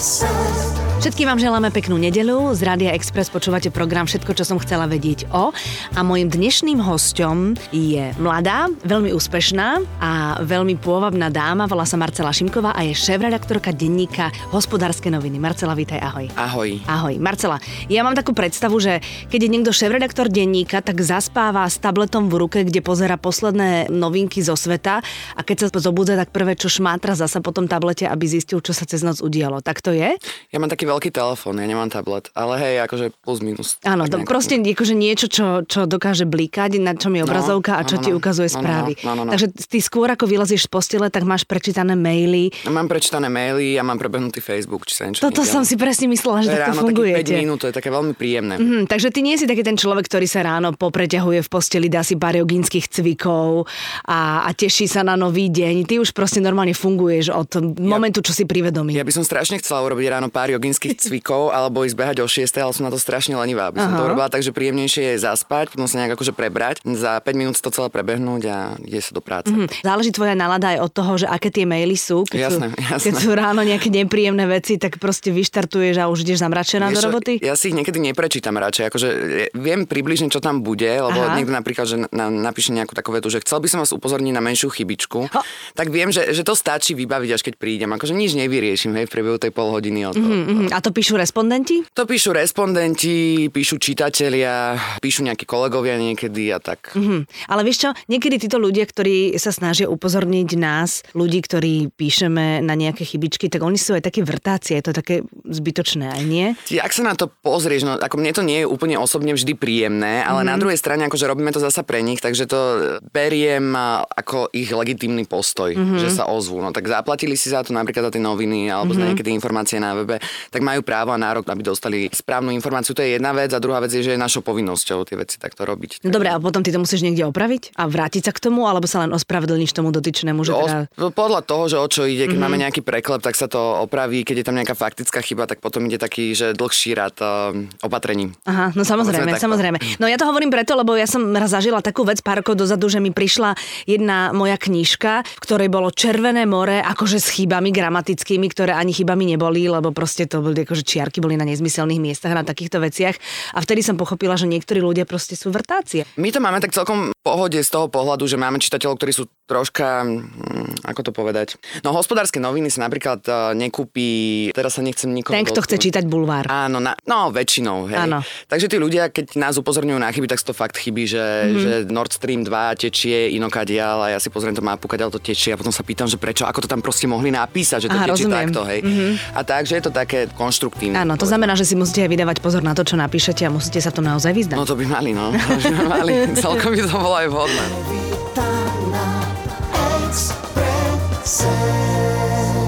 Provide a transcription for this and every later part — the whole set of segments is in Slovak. Všetkým vám želáme peknú nedelu. Z Rádia Express počúvate program Všetko, čo som chcela vedieť o. A mojim dnešným hostom je mladá, veľmi úspešná a veľmi pôvabná dáma. Volá sa Marcela Šimková a je šéf-redaktorka denníka Hospodárske noviny. Marcela, vítaj, ahoj. Ahoj. Ahoj, Marcela, ja mám takú predstavu, že keď je niekto šéf-redaktor denníka, tak zaspáva s tabletom v ruke, kde pozera posledné novinky zo sveta a keď sa zobudza, tak prvé, čo šmátra zasa po tom tablete, aby zistil, čo sa cez noc udialo. Tak to je? Ja mám taký veľký telefón, ja nemám tablet, ale hej, akože plus minus. Áno, Tak to nejak. proste akože niečo, čo, čo dokáže blíkať, na čom je obrazovka a čo áno, ti no. ukazuje Áno, no, správy. áno, no. Takže ty skôr ako vylezieš z postele, tak máš prečítané maily. Ja mám prečítané maily, ja mám prebehnutý Facebook, či sa niečo Toto som si presne myslela, že takto fungujete. Taký 5 minút, to je také veľmi príjemné. Mm. Mm, takže ty nie si taký ten človek, ktorý sa ráno popreťahuje v posteli, dá si pár jogínskych cvikov a, a teší sa na nový deň. Ty už proste normálne funguješ od momentu, čo si privedomí. Ja by som strašne chcela urobiť ráno pár joginských cvikov alebo ísť behať o 6, ale som na to strašne lenivá, aby Aha. som to urobila, takže príjemnejšie je zaspať, potom sa nejak akože prebrať, za 5 minút si to celé prebehnúť a ide sa do práce. Mm. Hm, Záleží tvoja nálada aj od toho, že aké tie maily sú. Keď, Jasné, sú, jasné. keď sú ráno nejaké nepríjemné veci, tak proste vyštartuješ a už ideš zamračená do Vieš čo, roboty. Ja si ich niekedy neprečítam radšej, akože e, viem približne, čo tam bude, lebo Aha. Aha. niekto napríklad, že na, napíše nejakú takú vetu, že chcel by som vás upozorniť na menšiu chybičku, Ho. tak viem, že, že to stačí vybaviť, až keď prídem. Akože nič nevyriešim, hej, v priebehu tej pol hodiny. Od toho. Mm-hmm. Mhm, a to píšu respondenti? To píšu respondenti, píšu čitatelia, píšu nejakí kolegovia niekedy a tak. Mm-hmm. Hm. Ale vieš čo, niekedy títo ľudia, ktorí sa snažia upozorniť nás, ľudí, ktorí píšeme na nejaké chybičky, tak oni sú aj také vrtáci, je to také zbytočné, aj nie? Ak sa na to pozrieš, no ako mne to nie je úplne osobne vždy príjemné, ale mm-hmm. na Mhm. druhej strane akože robíme to zasa pre nich, takže to e, beriem a, ako ich legitímny postoj, Mhm. mm-hmm. že sa ozvú. No tak zaplatili si za to napríklad za tie noviny Mhm. alebo mm-hmm. za nejaké tie informácie na webe, tak majú právo a nárok, aby dostali správnu informáciu. To je jedna vec a druhá vec je, že je našou povinnosťou tie veci takto robiť. No dobre, a potom ty to musíš niekde opraviť a vrátiť sa k tomu, alebo sa len ospravedlníš tomu dotyčnému, že teda... Mhm. O- Podľa toho, že o čo ide, keď mm-hmm. máme nejaký preklep, tak sa to opraví, keď je tam nejaká faktická chyba, tak potom ide taký, že dlhší rad um, opatrení. Aha, no Povedzme samozrejme, takto. Mm. samozrejme. No ja to hovorím preto, lebo ja som raz zažila takú vec pár rokov dozadu, že mi prišla jedna moja knížka, v ktorej bolo Červené more, akože s chybami gramatickými, ktoré ani chybami neboli, lebo proste to boli akože čiarky boli na nezmyselných miestach na takýchto veciach. A vtedy som pochopila, že niektorí ľudia proste sú vrtáci. My to máme tak celkom v pohode z toho pohľadu, že máme čitateľov, ktorí sú troška, mm, ako to povedať, no hospodárske noviny sa napríklad uh, nekúpi, teraz sa nechcem nikoho... Ten, kto chce dotknúť. čítať bulvár. Áno, na, no väčšinou, hej. Áno. Takže tí ľudia, keď nás upozorňujú na chyby, tak sú to fakt chyby, že, Mhm. mm. že Nord Stream 2 tečie inokadiaľ a ja si pozriem to mapu, kadiaľ to tečie a potom sa pýtam, že prečo, ako to tam proste mohli napísať, že to Aha, tečie rozumiem. Mhm. takto, hej. A tak, že je to také konštruktívne. Áno, to znamená, že si musíte aj vydávať pozor na to, čo napíšete a musíte sa v tom naozaj vyznať. No to by mali, no. To by mali. Celkom by to bolo aj vhodné. no.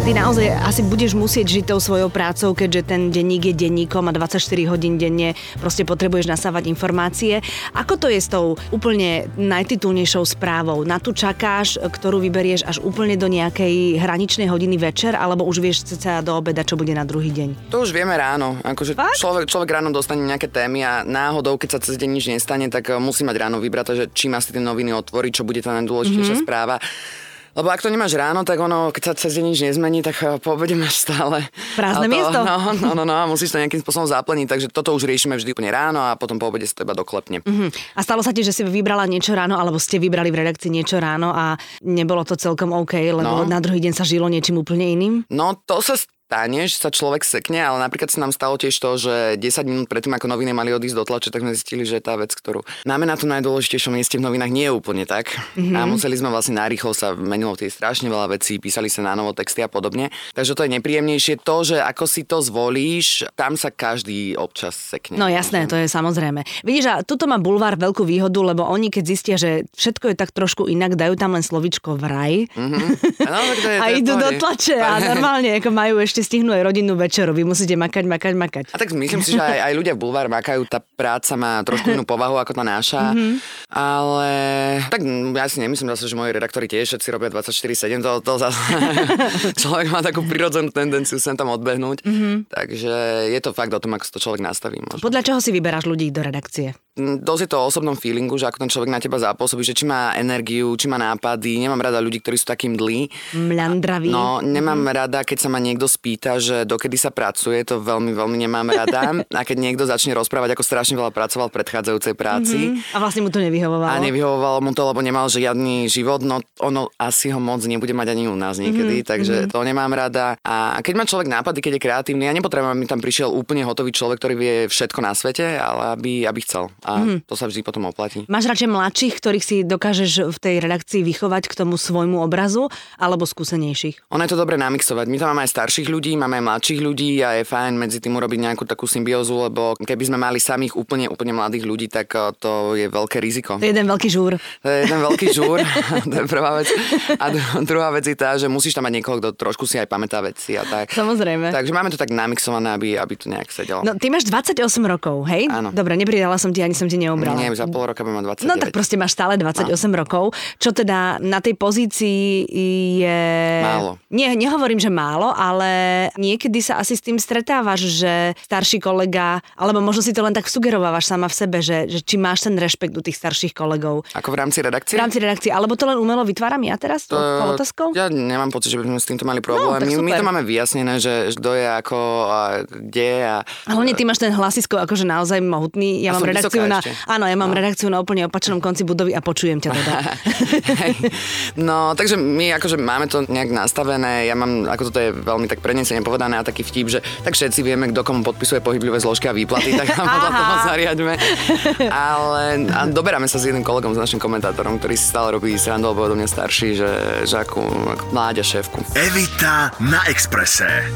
Ty naozaj asi budeš musieť žiť tou svojou prácou, keďže ten denník je denníkom a 24 hodín denne proste potrebuješ nasávať informácie. Ako to je s tou úplne najtitulnejšou správou? Na tú čakáš, ktorú vyberieš až úplne do nejakej hraničnej hodiny večer, alebo už vieš cca do obeda, čo bude na druhý deň? To už vieme ráno. Akože Fakt? človek, človek ráno dostane nejaké témy a náhodou, keď sa cez deň nič nestane, tak eh, musí mať ráno vybrať, že čím asi tie noviny otvorí, čo bude tá Mhm. najdôležitejšia mm-hmm. správa. Lebo ak to nemáš ráno, tak ono, keď sa cez deň nič nezmení, tak eh, po obede máš stále... Prázdne a to, miesto. No, no, no, no, a musíš to nejakým spôsobom zaplniť, takže toto už riešime vždy úplne ráno a potom po obede sa to iba doklepne. Mm-hmm. Hm. A stalo sa ti, že si vybrala niečo ráno, alebo ste vybrali v redakcii niečo ráno a nebolo to celkom OK, lebo No. na druhý deň sa žilo niečím úplne iným? No to sa stane, že sa človek sekne, ale napríklad sa nám stalo tiež to, že 10 minút predtým, ako noviny mali odísť do tlače, tak sme zistili, že tá vec, ktorú máme na tom najdôležitejšom mieste v novinách, nie je úplne tak. Mm-hmm. A museli sme vlastne narýchlo sa menilo tie strašne veľa vecí, písali sa na novo texty a podobne. Takže to je nepríjemnejšie to, že ako si to zvolíš, tam sa každý občas sekne. No jasné, to je samozrejme. Vidíš, a tuto má bulvár veľkú výhodu, lebo oni keď zistia, že všetko je tak trošku inak, dajú tam len slovičko vraj Mhm. No, tak to je- a to je v idú do pohode. tlače a normálne ako majú ešte stihnú aj rodinnú večeru. Vy musíte makať, makať, makať. A tak myslím si, že aj, aj ľudia v Bulvár makajú, tá práca má trošku inú povahu ako tá naša, ale tak mm, ja si nemyslím zase, že moji redaktori tiež všetci robia 24-7, to, to zase človek má takú prirodzenú tendenciu sem tam odbehnúť, takže je to fakt o tom, ako si to človek nastaví. Možno. Podľa čoho si vyberáš ľudí do redakcie? Mm, Dosť je to o osobnom feelingu, že ako ten človek na teba zapôsobí, že či má energiu, či má nápady, nemám rada ľudí, ktorí sú takým dlí. Mľandraví? No, nemám mm-hmm. No, rada, keď sa ma niekto spýta pýta, že dokedy sa pracuje, to veľmi, veľmi nemám rada. A keď niekto začne rozprávať, ako strašne veľa pracoval v predchádzajúcej práci, A vlastne mu to nevyhovovalo. a nevyhovovalo mu to, lebo nemal žiadny život, no ono asi ho moc nebude mať ani u nás niekedy, mm-hmm. takže mm-hmm. to nemám rada. A keď má človek nápady, keď je kreatívny, ja nepotrebujem, aby tam prišiel úplne hotový človek, ktorý vie všetko na svete, ale aby, aby chcel. A mm-hmm. to sa vždy potom oplatí. Máš radšej mladších, ktorých si dokážeš v tej redakcii vychovať k tomu svojmu obrazu, alebo skúsenejších? Ono je to dobre namixovať. My tam máme aj starších ľudí, máme aj mladších ľudí a je fajn medzi tým urobiť nejakú takú symbiózu, lebo keby sme mali samých úplne, úplne mladých ľudí, tak eh, to je veľké riziko. To je jeden veľký žúr. To je jeden veľký žúr, to je prvá vec. A dru- druhá vec je tá, že musíš tam mať niekoho, kto trošku si aj pamätá veci a tak. Samozrejme. Takže máme to tak namixované, aby, aby to nejak sedelo. No, ty máš 28 rokov, hej? Áno. Dobre, nepridala som ti, ani som ti neobrala. Nie, za pol roka by ma 29. No tak proste máš stále 28 rokov, čo teda na tej pozícii je... Málo. Nie, nehovorím, že málo, ale niekedy sa asi s tým stretávaš, že starší kolega, alebo možno si to len tak sugerovávaš sama v sebe, že, že či máš ten rešpekt u tých starších kolegov. Ako v rámci redakcie? V rámci redakcie, alebo to len umelo vytváram ja teraz? To... Eh, Otázkou? Ja nemám pocit, že by sme s týmto mali problém. No, tak my, my super. to máme vyjasnené, že kto je ako a kde a A Hlavne ty máš ten hlasisko akože naozaj mohutný. Ja A mám som redakciu vysoká na, ešte. No. áno, ja mám redakciu na úplne opačnom konci budovy a počujem ťa teda. Hej. No, takže my akože máme to nejak nastavené, ja mám, ako toto je veľmi tak prenesene povedané a taký vtip, že tak všetci vieme, kto komu podpisuje pohyblivé zložky a výplaty, tak tam podľa Aha. toho zariadme. Ale a doberáme sa s jedným kolegom, s našim komentátorom, ktorý si stále robí srandu, lebo je do mňa starší, že, že akú, akú mláďa šéfku. Evita na Exprese.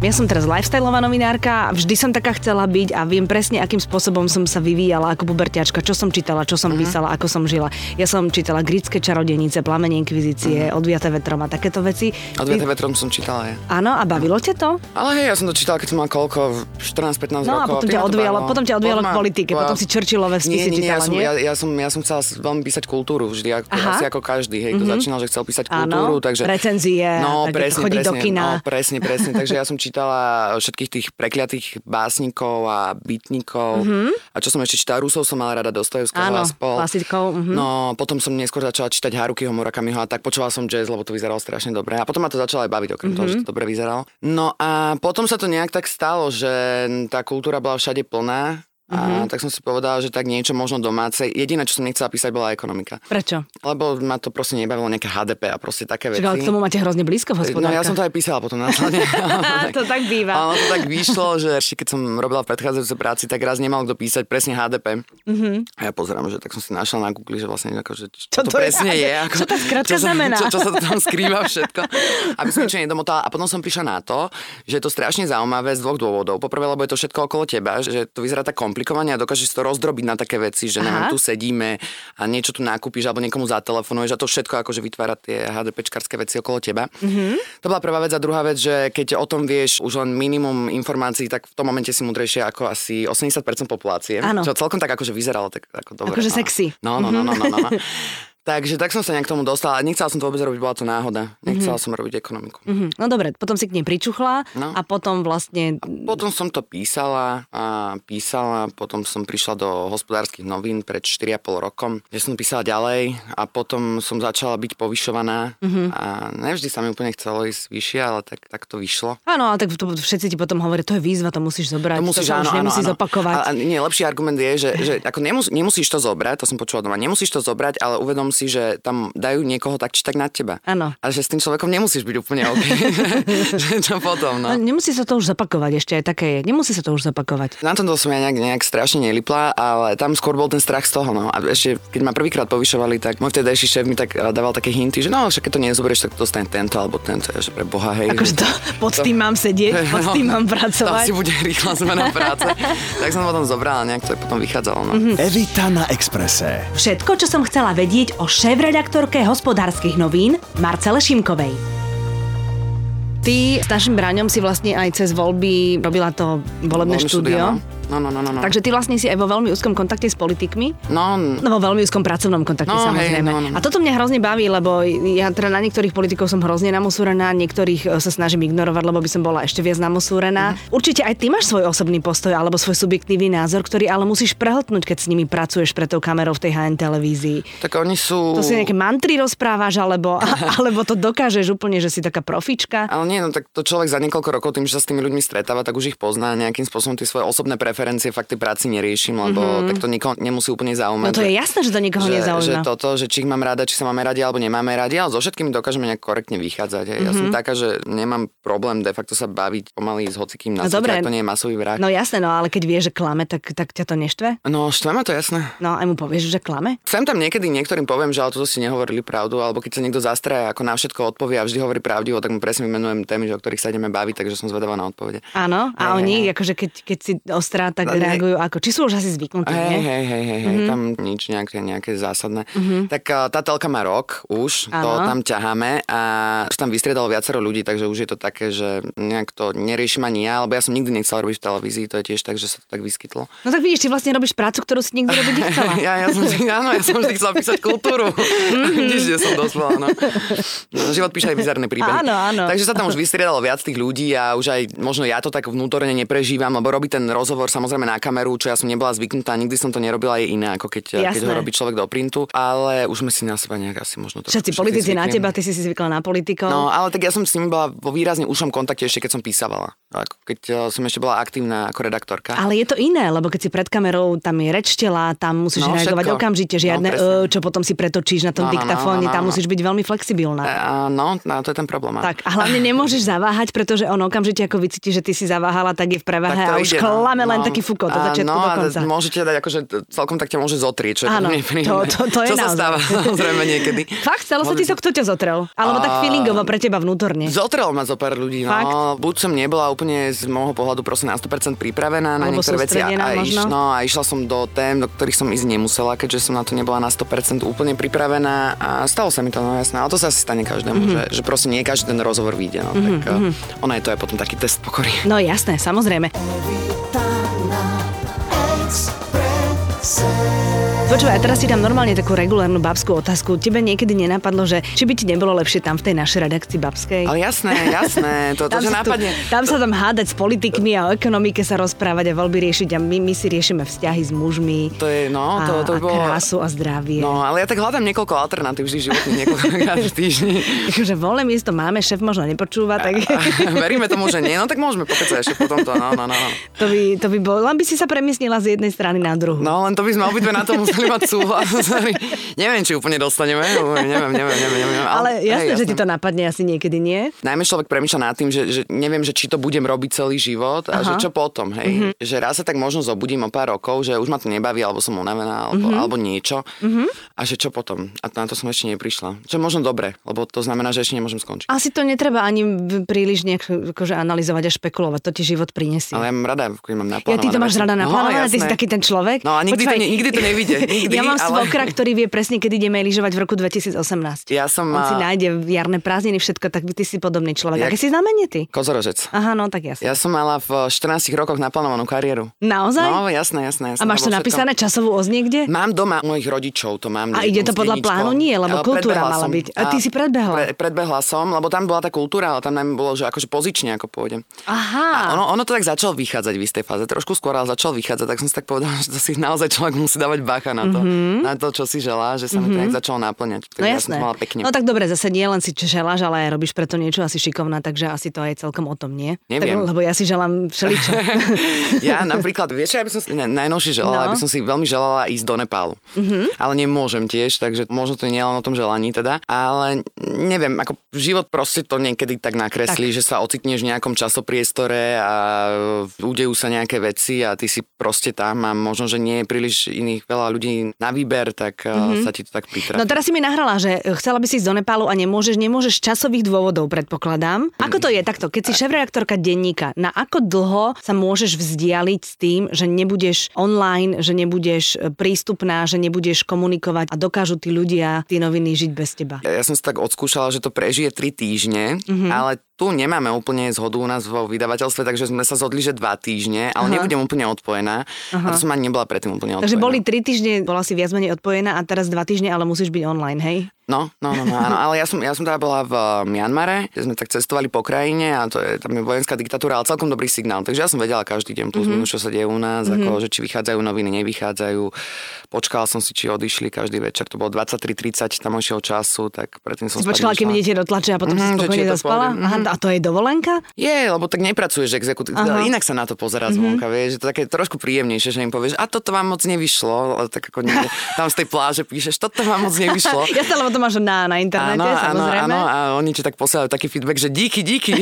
Ja som teraz lifestyleová novinárka, vždy som taká chcela byť a viem presne, akým spôsobom som sa vyvíjala ako puberťačka, čo som čítala, čo Mhm. som písala, ako som žila. Ja som čítala grické čarodenice, plamenie inkvizície, Mhm. odviaté vetrom a takéto veci. Od Ty- VTV Vetrom som čítala ja. Áno, a bavilo ťa to? Ale hej, ja som to čítala, keď som mal koľko, 14-15 No rokov. a potom ťa ma to odvialo- bavilo. potom ťa odvialo k ma- politike, potom si Churchillove spisy nie, nie, nie, ja čítala, som, nie? Ja, ja, som, ja som chcela s- veľmi písať kultúru vždy, ako, Aha. Mhm. asi ako každý, hej, kto začínal, že chcel písať Áno, kultúru, takže... recenzie a takéto, no, presne, chodiť do presne, kina. No, presne, presne, takže ja som čítala všetkých tých prekliatých básnikov a bytnikov a čo som ešte čítala, Rusov som mala rada Mhm. Dostojevského Áno, a spol. klasikou, mhm. No, potom som neskôr začala čítať Harukiho Murakamiho a tak počúvala som jazz, lebo to vyzeralo strašne dobre. A potom ma to začalo aj baviť, okrem mm-hmm. Mhm. toho, že to dobre vyzeralo. No a potom sa to nejak tak stalo, že tá kultúra bola všade plná. A Mhm. tak som si povedala, že tak niečo možno domáce. Jediné, čo som nechcela písať, bola ekonomika. Prečo? Lebo ma to proste nebavilo nejaké HDP a proste také veci. Čak, ale k tomu máte hrozne blízko v No hospodárka. ja som to aj písala potom následne. to tak býva. A ono to tak vyšlo, že ešte keď som robila v predchádzajúcej práci, tak raz nemal kto písať presne HDP. Mm-hmm. A ja pozerám, že tak som si našla na Google, že vlastne ako, že Mhm. Čo čo, to, to je presne je. HDP? ako, Čo tá skratka sa- znamená? Čo, čo, sa to tam skrýva všetko. Aby som niečo nedomotala. A potom som prišla na to, že je to strašne zaujímavé z dvoch dôvodov. Poprvé, lebo je to všetko okolo teba, že to vyzerá tak komplikovane a dokážeš to rozdrobiť na také veci, že neviem, Aha. tu sedíme a niečo tu nakúpiš alebo niekomu zatelefonuješ a to všetko akože vytvára tie HDPčkarské veci okolo teba. Mhm. Mm-hmm. To bola prvá vec a druhá vec, že keď o tom vieš už len minimum informácií, tak v tom momente si múdrejšia ako asi 80% populácie. Áno. Čo celkom tak akože vyzeralo tak ako dobre. Akože áno. sexy. No, no, no, no, no, no. no. Takže tak som sa nejak k tomu dostala. Nechcela som to vôbec robiť, bola to náhoda. Nechcela mm-hmm. som robiť ekonomiku. Mm-hmm. Mhm, No dobre, potom si k nej pričuchla No. a potom vlastne... Potom som to písala a písala, potom som prišla do hospodárskych novín pred 4,5 rokom, kde som písala ďalej a potom som začala byť povyšovaná Mhm. a nevždy sa mi úplne chcelo ísť vyššie, ale tak, tak to vyšlo. Áno, ale tak to všetci ti potom hovoria, to je výzva, to musíš zobrať, To musíš, to sa áno, už áno, nemusíš áno. zopakovať. A, a nie, lepší argument je, že, že ako nemus, nemusíš to zobrať, to som počula doma, nemusíš to zobrať, ale uvedom si, že tam dajú niekoho tak či tak na teba. Áno. A že s tým človekom nemusíš byť úplne OK. že čo potom, no. No, nemusí sa to už zapakovať, ešte aj také je. Nemusí sa to už zapakovať. Na tomto som ja nejak, nejak strašne nelipla, ale tam skôr bol ten strach z toho. No. A ešte, keď ma prvýkrát povyšovali, tak môj vtedajší šéf mi tak eh, dával také hinty, že no, však keď to nezoberieš, tak dostane tento alebo tento. Ja, že pre boha, hej. Akože to, pod tým mám sedieť, pod no. tým mám To pracovať. asi bude rýchla zmena práce. tak som potom zobrala, nejak to potom vychádzalo. Mhm. No. Evita na Exprese. Všetko, čo som chcela vedieť o šéf-redaktorke hospodárskych novín Marcele Šimkovej. Ty s našim braňom si vlastne aj cez voľby robila to volebné Voľné štúdio. štúdio, no, no, no, no. no. Takže ty vlastne si aj vo veľmi úzkom kontakte s politikmi. No, No vo veľmi úzkom pracovnom kontakte No, samozrejme. hej, no, no. A toto mňa hrozne baví, lebo ja teda na niektorých politikov som hrozne namusúrená, niektorých e, sa snažím ignorovať, lebo by som bola ešte viac Mhm. namusúrená. Mm. Určite aj ty máš svoj osobný postoj alebo svoj subjektívny názor, ktorý ale musíš prehltnúť, keď s nimi pracuješ pred tou kamerou v tej HN televízii. tak oni sú... To si nejaké mantry rozprávaš, alebo, alebo to dokážeš úplne, že si taká profička. Ale nie, no tak to človek za niekoľko rokov tým, že sa s tými ľuďmi stretáva, tak už ich pozná nejakým spôsobom tie svoje osobné preferencie, fakt tej práci neriešim, lebo mm-hmm. tak to nikoho nemusí úplne zaujímať. Mhm. No to je že- jasné, že to nikoho že, že nezaujíma. toto, že či ich mám rada, či sa máme radi alebo nemáme radi, ale so všetkými dokážeme nejak korektne vychádzať. Hej. Ja Mhm. som taká, že nemám problém de facto sa baviť pomaly s hocikým No na svete, dobre. ak to nie je masový vrah. No No, jasné, no ale keď vieš, že klame, tak, tak ťa to neštve? no štve ma to jasné. No aj mu povieš, že klame? Sem tam niekedy niektorým poviem, že ale toto si nehovorili pravdu, alebo keď sa niekto zastraja, ako na všetko odpovie a vždy hovorí pravdivo, tak mu presne vymenujem témy, že o ktorých sa ideme baviť, takže som zvedavá na odpovede. Áno, a Hej, oni, hej, hej. akože keď, keď si ostrá, tak No, ne- reagujú ako, či sú už asi zvyknutí, nie? Hej, hej, hej, hej, mm-hmm. tam nič nejaké, nejaké zásadné. Mm-hmm. Tak uh, tá telka má rok už, to Áno. tam ťaháme a už tam vystriedalo viacero ľudí, takže už je to také, že nejak to neriešim ani ja, lebo ja som nikdy nechcel robiť v televízii, to je tiež tak, že sa to tak vyskytlo. No tak vidíš, ty vlastne robíš prácu, ktorú si nikdy robiť nechcela. Ja, ja, som, si- áno, ja som vždy chcela písať kultúru. Mhm. Vidíš, kde som dospela, no. Život píše aj bizarné príbehy. Áno, áno. Takže sa tam už vystriedalo viac tých ľudí a už aj možno ja to tak vnútorne neprežívam, lebo robí ten rozhovor samozrejme na kameru, čo ja som nebola zvyknutá, nikdy som to nerobila je iné, ako keď, keď ho Jasné. robí človek do printu, ale už sme si na seba nejak asi možno trošku Všetci politici na zvykneme. teba, ty si si zvykla na politikov. No, ale tak ja som s nimi bola vo výrazne užšom kontakte ešte keď som písavala. Ako keď eh, som ešte bola aktívna ako redaktorka. Ale je to iné, lebo keď si pred kamerou, tam je reč tela, tam musíš No, reagovať všetko. okamžite, No, žiadne, presne. "e", čo potom si pretočíš na tom No, no, no, diktafóne, no, no, tam no. musíš byť veľmi flexibilná. Eh, áno, no, to je ten problém. áno. Tak a hlavne nemôžeš zaváhať, pretože on okamžite ako vycíti, že ty si zaváhala, tak je v prevahe to a už ide, no. klame len taký fuko od Áno, začiatku do no, a konca. môžete dať, akože t- celkom tak ťa môže zotrieť, čo je Áno, úplne nepríjemné. to- to- to je Čo sa naozaj. stáva samozrejme niekedy. Fakt, stalo sa ti to, kto ťa zotrel? Alebo tak A- feelingovo pre teba vnútorne? Zotrel ma zo pár ľudí, no. Fakt? Buď som nebola úplne z môjho pohľadu proste na 100% pripravená na Alebo niektoré veci. A, sústredená a, možno? no, a išla som do tém, do ktorých som ísť nemusela, keďže som na to nebola na 100% úplne pripravená. A stalo sa mi to, no jasné. Ale to sa asi stane každému, Mhm. že, že proste nie každý ten rozhovor vyjde. No, tak mm-hmm. ona je to aj potom taký test pokory. No jasné, samozrejme. Počúvaj, a teraz ti dám normálne takú regulárnu babskú otázku. Tebe niekedy nenapadlo, že či by ti nebolo lepšie tam v tej našej redakcii babskej? Ale jasné, jasné, to, to že sa tu- nápadne. tam sa tam hádať s politikmi a o ekonomike sa rozprávať a voľby riešiť a my, my si riešime vzťahy s mužmi To je, no, a, to, to a by bolo... krásu a zdravie. No, ale ja tak hľadám niekoľko alternatív vždy životne, niekoľkokrát v týždni. Takže voľné miesto máme, šéf možno nepočúva, tak Veríme tomu, že nie, no tak môžeme pokecať ešte po tomto, no, no, no. no. to by, to by bolo, len by si sa premiesnila z jednej strany na druhú. No, len to by sme obidve na to museli mať súhlas. neviem, či úplne dostaneme, neviem, neviem, neviem. neviem Ale jasné, hej, že ti to napadne asi niekedy, nie? najmä človek premýšľa nad tým, že, že neviem, že či to budem robiť celý život a Aha. Mhm. že čo potom, hej. Že raz sa tak možno zobudím o pár rokov, že už ma to nebaví, alebo som Mhm. unavená, alebo, alebo niečo. A že čo potom. A na to som ešte neprišla. Čo je možno dobre, lebo to znamená, že ešte nemôžem skončiť. Asi to netreba ani v- príliš nejak akože analyzovať a špekulovať, to ti život prinesie. Ale ja mám rada, keď mám Ja, naplánované. ty to máš veci. No, rada naplánované, ty si jasné. taký ten človek. No a nikdy, to, Počúvaj, ne, nikdy to nevidie. Nikdy, ja mám ale... svokra, ktorý vie presne, kedy ideme lyžovať v roku 2018. Ja som... On si a, nájde v jarné prázdniny všetko, tak by ty si podobný človek. Jak- Aké si znamenie ty? Kozorožec. Aha, no tak jasne. Ja som mala v 14 rokoch naplánovanú kariéru. Naozaj? No, jasné, jasné. jasné a máš to lebo všetko- No, napísané časovú os niekde? Mám doma mojich rodičov, to mám. A ide to s podľa knižničkou. plánu? Nie, lebo Ale kultúra predbehla mala som. byť. A ty si predbehla? Pre, predbehla som, lebo tam bola tá kultúra, ale tam najmä bolo, že akože pozične ako pôjdem. A Aha. ono, ono to tak začalo vychádzať v istej fáze, trošku skôr, ale začalo vychádzať, tak som si tak povedala, že to si naozaj človek musí dávať bacha na to, mm-hmm. na to, čo si želá, že sa mi to nejak začalo naplňať. Mhm. No Takže ja som jasné. to mala pekne. No tak dobre, zase nie len si želáš, ale aj robíš preto niečo asi šikovná, takže asi to aj celkom o tom, nie? Neviem. Tak, lebo ja si želám všeličo. Ja napríklad, vieš, čo ja by som si ne, najnovšie želala, no. No. aby som si veľmi želala ísť do Nepálu. Mm-hmm. Ale nemôžem tiež, takže možno to nie je len o tom želaní teda. Ale neviem, ako život proste to niekedy tak nakreslí, tak. že sa ocitneš v nejakom časopriestore a udejú sa nejaké veci a ty si proste tam a možno, že nie je príliš iných veľa ľudí na výber, tak mm-hmm. sa ti to tak pritrafi. No teraz si mi nahrala, že chcela by si ísť do Nepálu a nemôžeš, nemôžeš z časových dôvodov, predpokladám. Ako to je takto? Keď si šéf-redaktorka denníka, na ako dlho sa môžeš vzdialiť s tým, že nebudeš online, že nebudeš e, prístupná, že nebudeš komunikovať a dokážu tí ľudia, tí noviny žiť bez teba? Mhm. Ja som si tak odskúšala, že to prežije 3 týždne, mm-hmm. ale tu nemáme úplne zhodu u nás vo vydavateľstve, takže sme sa zhodli, že dva týždne, ale Aha. nebudem úplne odpojená. A to som ani nebola predtým úplne odpojená. Takže boli 3 týždne, bola si viac menej odpojená a teraz 2 týždne, ale musíš byť online, hej? No, no, no, no áno, ale ja som, ja som teda bola v Mianmare, kde sme tak cestovali po krajine a to je tam je vojenská diktatúra, ale celkom dobrý signál. Takže ja som vedela každý deň Mhm. plus mm-hmm. minus, čo sa deje u nás, mm-hmm. ako, že či vychádzajú noviny, nevychádzajú. Počkala som si, či odišli každý večer, to bolo 23.30 tamojšieho času, tak predtým som Si spať počkala, kým nešla. idete do tlače a potom Mhm, že si či spokojne je to v zaspala? pohode. Mhm. Aha, a to je dovolenka? Je, lebo tak nepracuješ exekutív. Aha. Mhm. Inak sa na to pozerá zvonka, vieš, že to také trošku príjemnejšie, že im povieš, a toto vám moc nevyšlo, ale tak ako niekde, tam z tej pláže píšeš, toto vám moc nevyšlo. Ja stále o tom máš na, na internete, Áno, áno, samozrejme. áno, a oni ti tak posielajú taký feedback, že díky, díky,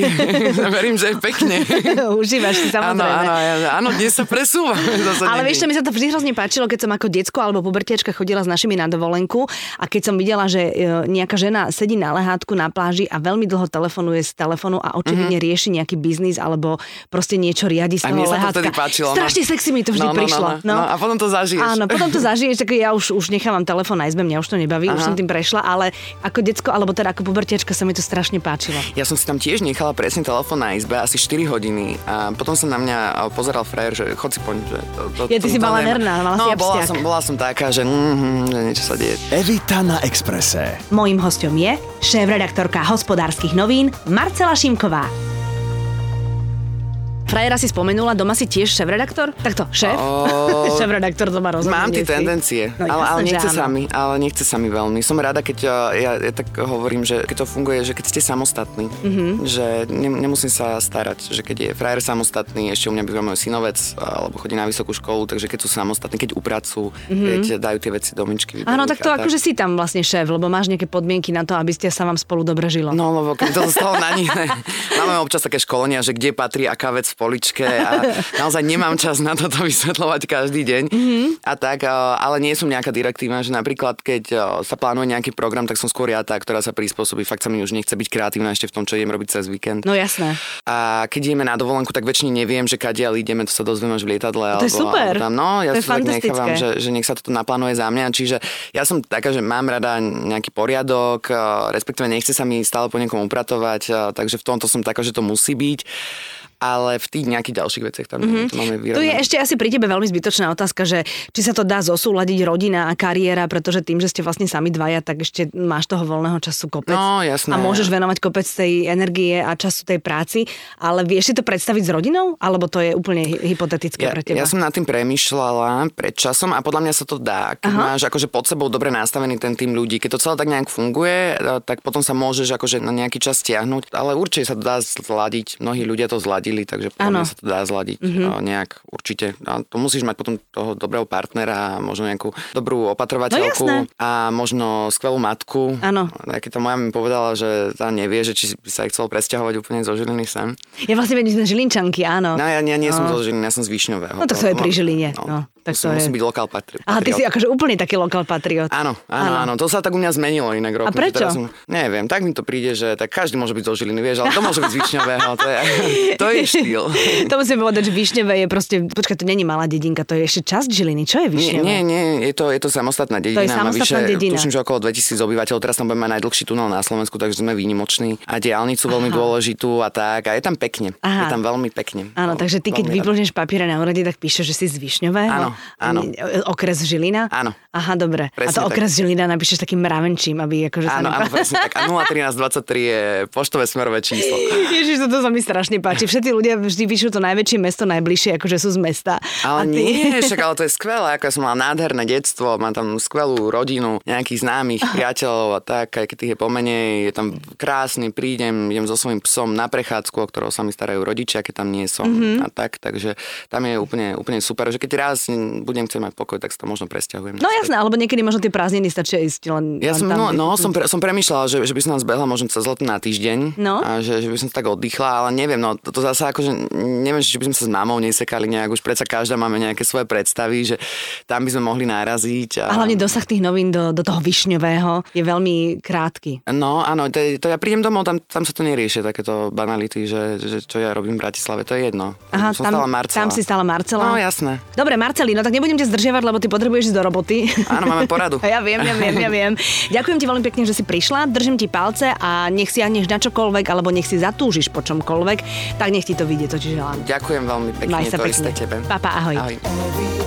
verím, že je pekne. Užívaš si Áno, samozrejme. áno, áno, áno, dnes sa presúvame. Zase Ale niekde. vieš, čo mi sa to vždy hrozne páčilo, keď som ako decko alebo pubertiačka chodila s našimi na dovolenku a keď som videla, že e, nejaká žena sedí na lehátku na pláži a veľmi dlho telefonuje z telefónu a očividne mm-hmm. rieši nejaký biznis alebo proste niečo riadi z Mhm. toho A mne sa to lehátka. vtedy páčilo. no. Strašne sexy mi to vždy no, no, prišlo. No, no, no. a potom to zažiješ. Áno, potom to zažiješ, tak ja už, už nechávam telefón na izbe, mňa už to nebaví, Aha. už Aha. som tým prešla, ale ako decko, alebo teda ako pubertiačka sa mi to strašne páčilo. Ja som si tam tiež nechala presne telefón na izbe asi 4 hodiny a potom sa na mňa a, pozeral frajer, že chod si poň. Že to, to, Ja, ty to- si to mala nemá. nervná, mala no, si bola abstiak. som, bola som taká, že, mm, že niečo sa deje. Evita na Exprese. Mojím hostom je šéf-redaktorka hospodárskych novín Marcela Šimková. Frajera si spomenula, doma si tiež šéf-redaktor? Takto, šéf? O, šéf-redaktor doma rozhodne Mám tie nie si. tendencie, No, ale, ale jasné, že nechce áno. sa mi, ale nechce sa mi veľmi. Som rada, keď uh, ja, ja tak hovorím, že keď to funguje, že keď ste samostatní, Mhm. mm-hmm. že ne, nemusím sa starať, že keď je frajer samostatný, ešte u mňa býva môj synovec, e, alebo chodí na vysokú školu, takže keď sú samostatní, keď upracujú, mm-hmm. keď dajú tie veci do myčky. Mhm. Áno, vyberú tak ich to a akože si tam vlastne šéf, lebo máš nejaké podmienky na to, aby ste sa vám spolu dobre žilo. No, lebo keď to zostalo na nich. Máme občas také školenia, že kde patrí aká vec v poličke a naozaj nemám čas na toto vysvetľovať každý deň. Mm-hmm. A tak, eh, ale nie som nejaká direktíva, že napríklad keď eh, sa plánuje nejaký program, tak som skôr ja tá, ktorá sa prispôsobí. Fakt sa mi už nechce byť kreatívna ešte v tom, čo idem robiť cez víkend. No jasné. A keď ideme na dovolenku, tak väčšine neviem, že kadiaľ ideme, to sa dozviem až v lietadle. To je alebo, super. Alebo tam. No, ja To je si tak fantastické. nechávam, že, že nech sa toto naplánuje za mňa. Čiže ja som taká, že mám rada nejaký poriadok, eh, respektíve nechce sa mi stále po niekom upratovať, eh, takže v tomto som taká, že to musí byť. Ale v tých nejakých ďalších veciach tam mm-hmm. to máme Mhm. Tu je výrobné. ešte asi pri tebe veľmi zbytočná otázka, že či sa to dá zosúľadiť rodina a kariéra, pretože tým, že ste vlastne sami dvaja, tak ešte máš toho voľného času kopec. No, jasné. A môžeš venovať kopec tej energie a času tej práci, ale vieš si to predstaviť s rodinou? Alebo to je úplne hy- hypotetické Ja, pre teba? ja som nad tým premyšľala pred časom a podľa mňa sa to dá. Keď Aha. máš akože pod sebou dobre nastavený ten tým ľudí, keď to celé tak nejak funguje, e, tak potom sa môžeš akože na nejaký čas stiahnuť, ale určite sa to dá zladiť. Mnohí ľudia to zladili, takže podľa Áno. Mhm. mňa sa to dá zladiť mm-hmm. nejak určite. A to musíš mať potom toho dobrého partnera a možno nejakú dobrú opatrovateľku No jasné. a možno skvelú matku. Áno. A Keď to moja mi povedala, že tá nevie, že či by sa jej chcel presťahovať úplne zo Žiliny sem. Ja vlastne vedím, že sme žilinčanky, áno. No ja, ja nie som No. zo Žiliny, ja som z Višňového. No tak to je pri Žiline, no, tak musí, to je. musí byť lokál patri- Aha, ty patriot. si akože úplne taký lokal patriot. Áno, áno, áno, to sa tak u mňa zmenilo inak rokom. že prečo? Teraz som, neviem, tak mi to príde, že tak každý môže byť zo Žiliny, vieš, ale to môže byť z Višňového, to je, to je štýl. to musím povedať, že Višňové je proste... Počkaj, to není malá dedinka, to je ešte časť Žiliny. Čo je Nie, Višňové? nie, nie, je to, je to samostatná dedina. má samostatná vyše, dedina. Tuším, že okolo 2000 obyvateľov, teraz tam budeme mať najdlhší tunel na Slovensku, takže sme výnimoční. A diálnicu veľmi dôležitú a tak. A je tam pekne. Aha. Je tam veľmi pekne. Áno, No, takže ty, keď veľmi rád. vyplňuješ papiere na úrade, tak píše, že si z Višňového. Áno, áno. E, Okres Žilina? Áno. Aha, dobre. a Presne to tak. okres Žilina napíšeš takým mravenčím, aby akože Áno, sa áno, nepa- presne tak. A 01323 je poštové smerové číslo. Ježiš, toto sa mi strašne páči. Všetci ľudia vždy píšu to najväčšie mesto najbližšie, akože sú z mesta. a Ale ty... nie, však ale to je skvelé, ako ja som mal nádherné detstvo, mám tam skvelú rodinu, nejakých známych priateľov a tak, aj keď tých je pomenej, je tam krásny, prídem, idem so svojím psom na prechádzku, o ktorého sa mi starajú rodičia, keď tam nie som Mhm. mm-hmm. a tak, takže tam je úplne, úplne super, že keď raz budem chcieť mať pokoj, tak sa tam možno presťahujem. No jasné, alebo niekedy možno tie prázdniny stačia ísť len Ja len som, tam, no, no, som, pre, som premýšľala, že, že by som nás behla možno cez leto na týždeň No. a že, že by som sa tak oddychla, ale neviem, no to, to zase akože, neviem, že či by sme sa s mamou nesekali nejak, už predsa každá máme nejaké svoje predstavy, že tam by sme mohli naraziť. A... A hlavne dosah tých novín do, do toho Višňového je veľmi krátky. No áno, to, je- to ja prídem domov, tam, tam sa to nerieši, takéto banality, že, že čo ja robím v Bratislave, to je jedno. Aha, som tam, stále Marcela. tam si stala Marcela. No jasné. Dobre, Marcel, skvelý, no tak nebudem ťa zdržiavať, lebo ty potrebuješ ísť do roboty. Áno, máme poradu. ja viem, ja viem, ja viem. Ďakujem ti veľmi pekne, že si prišla, držím ti palce a nech siahneš na čokoľvek, alebo nech si zatúžiš po čomkoľvek, tak nech ti to vyjde, to ti želám. Ďakujem veľmi pekne, Maj sa to isté pekne. tebe. Pa, pa, ahoj. ahoj. Every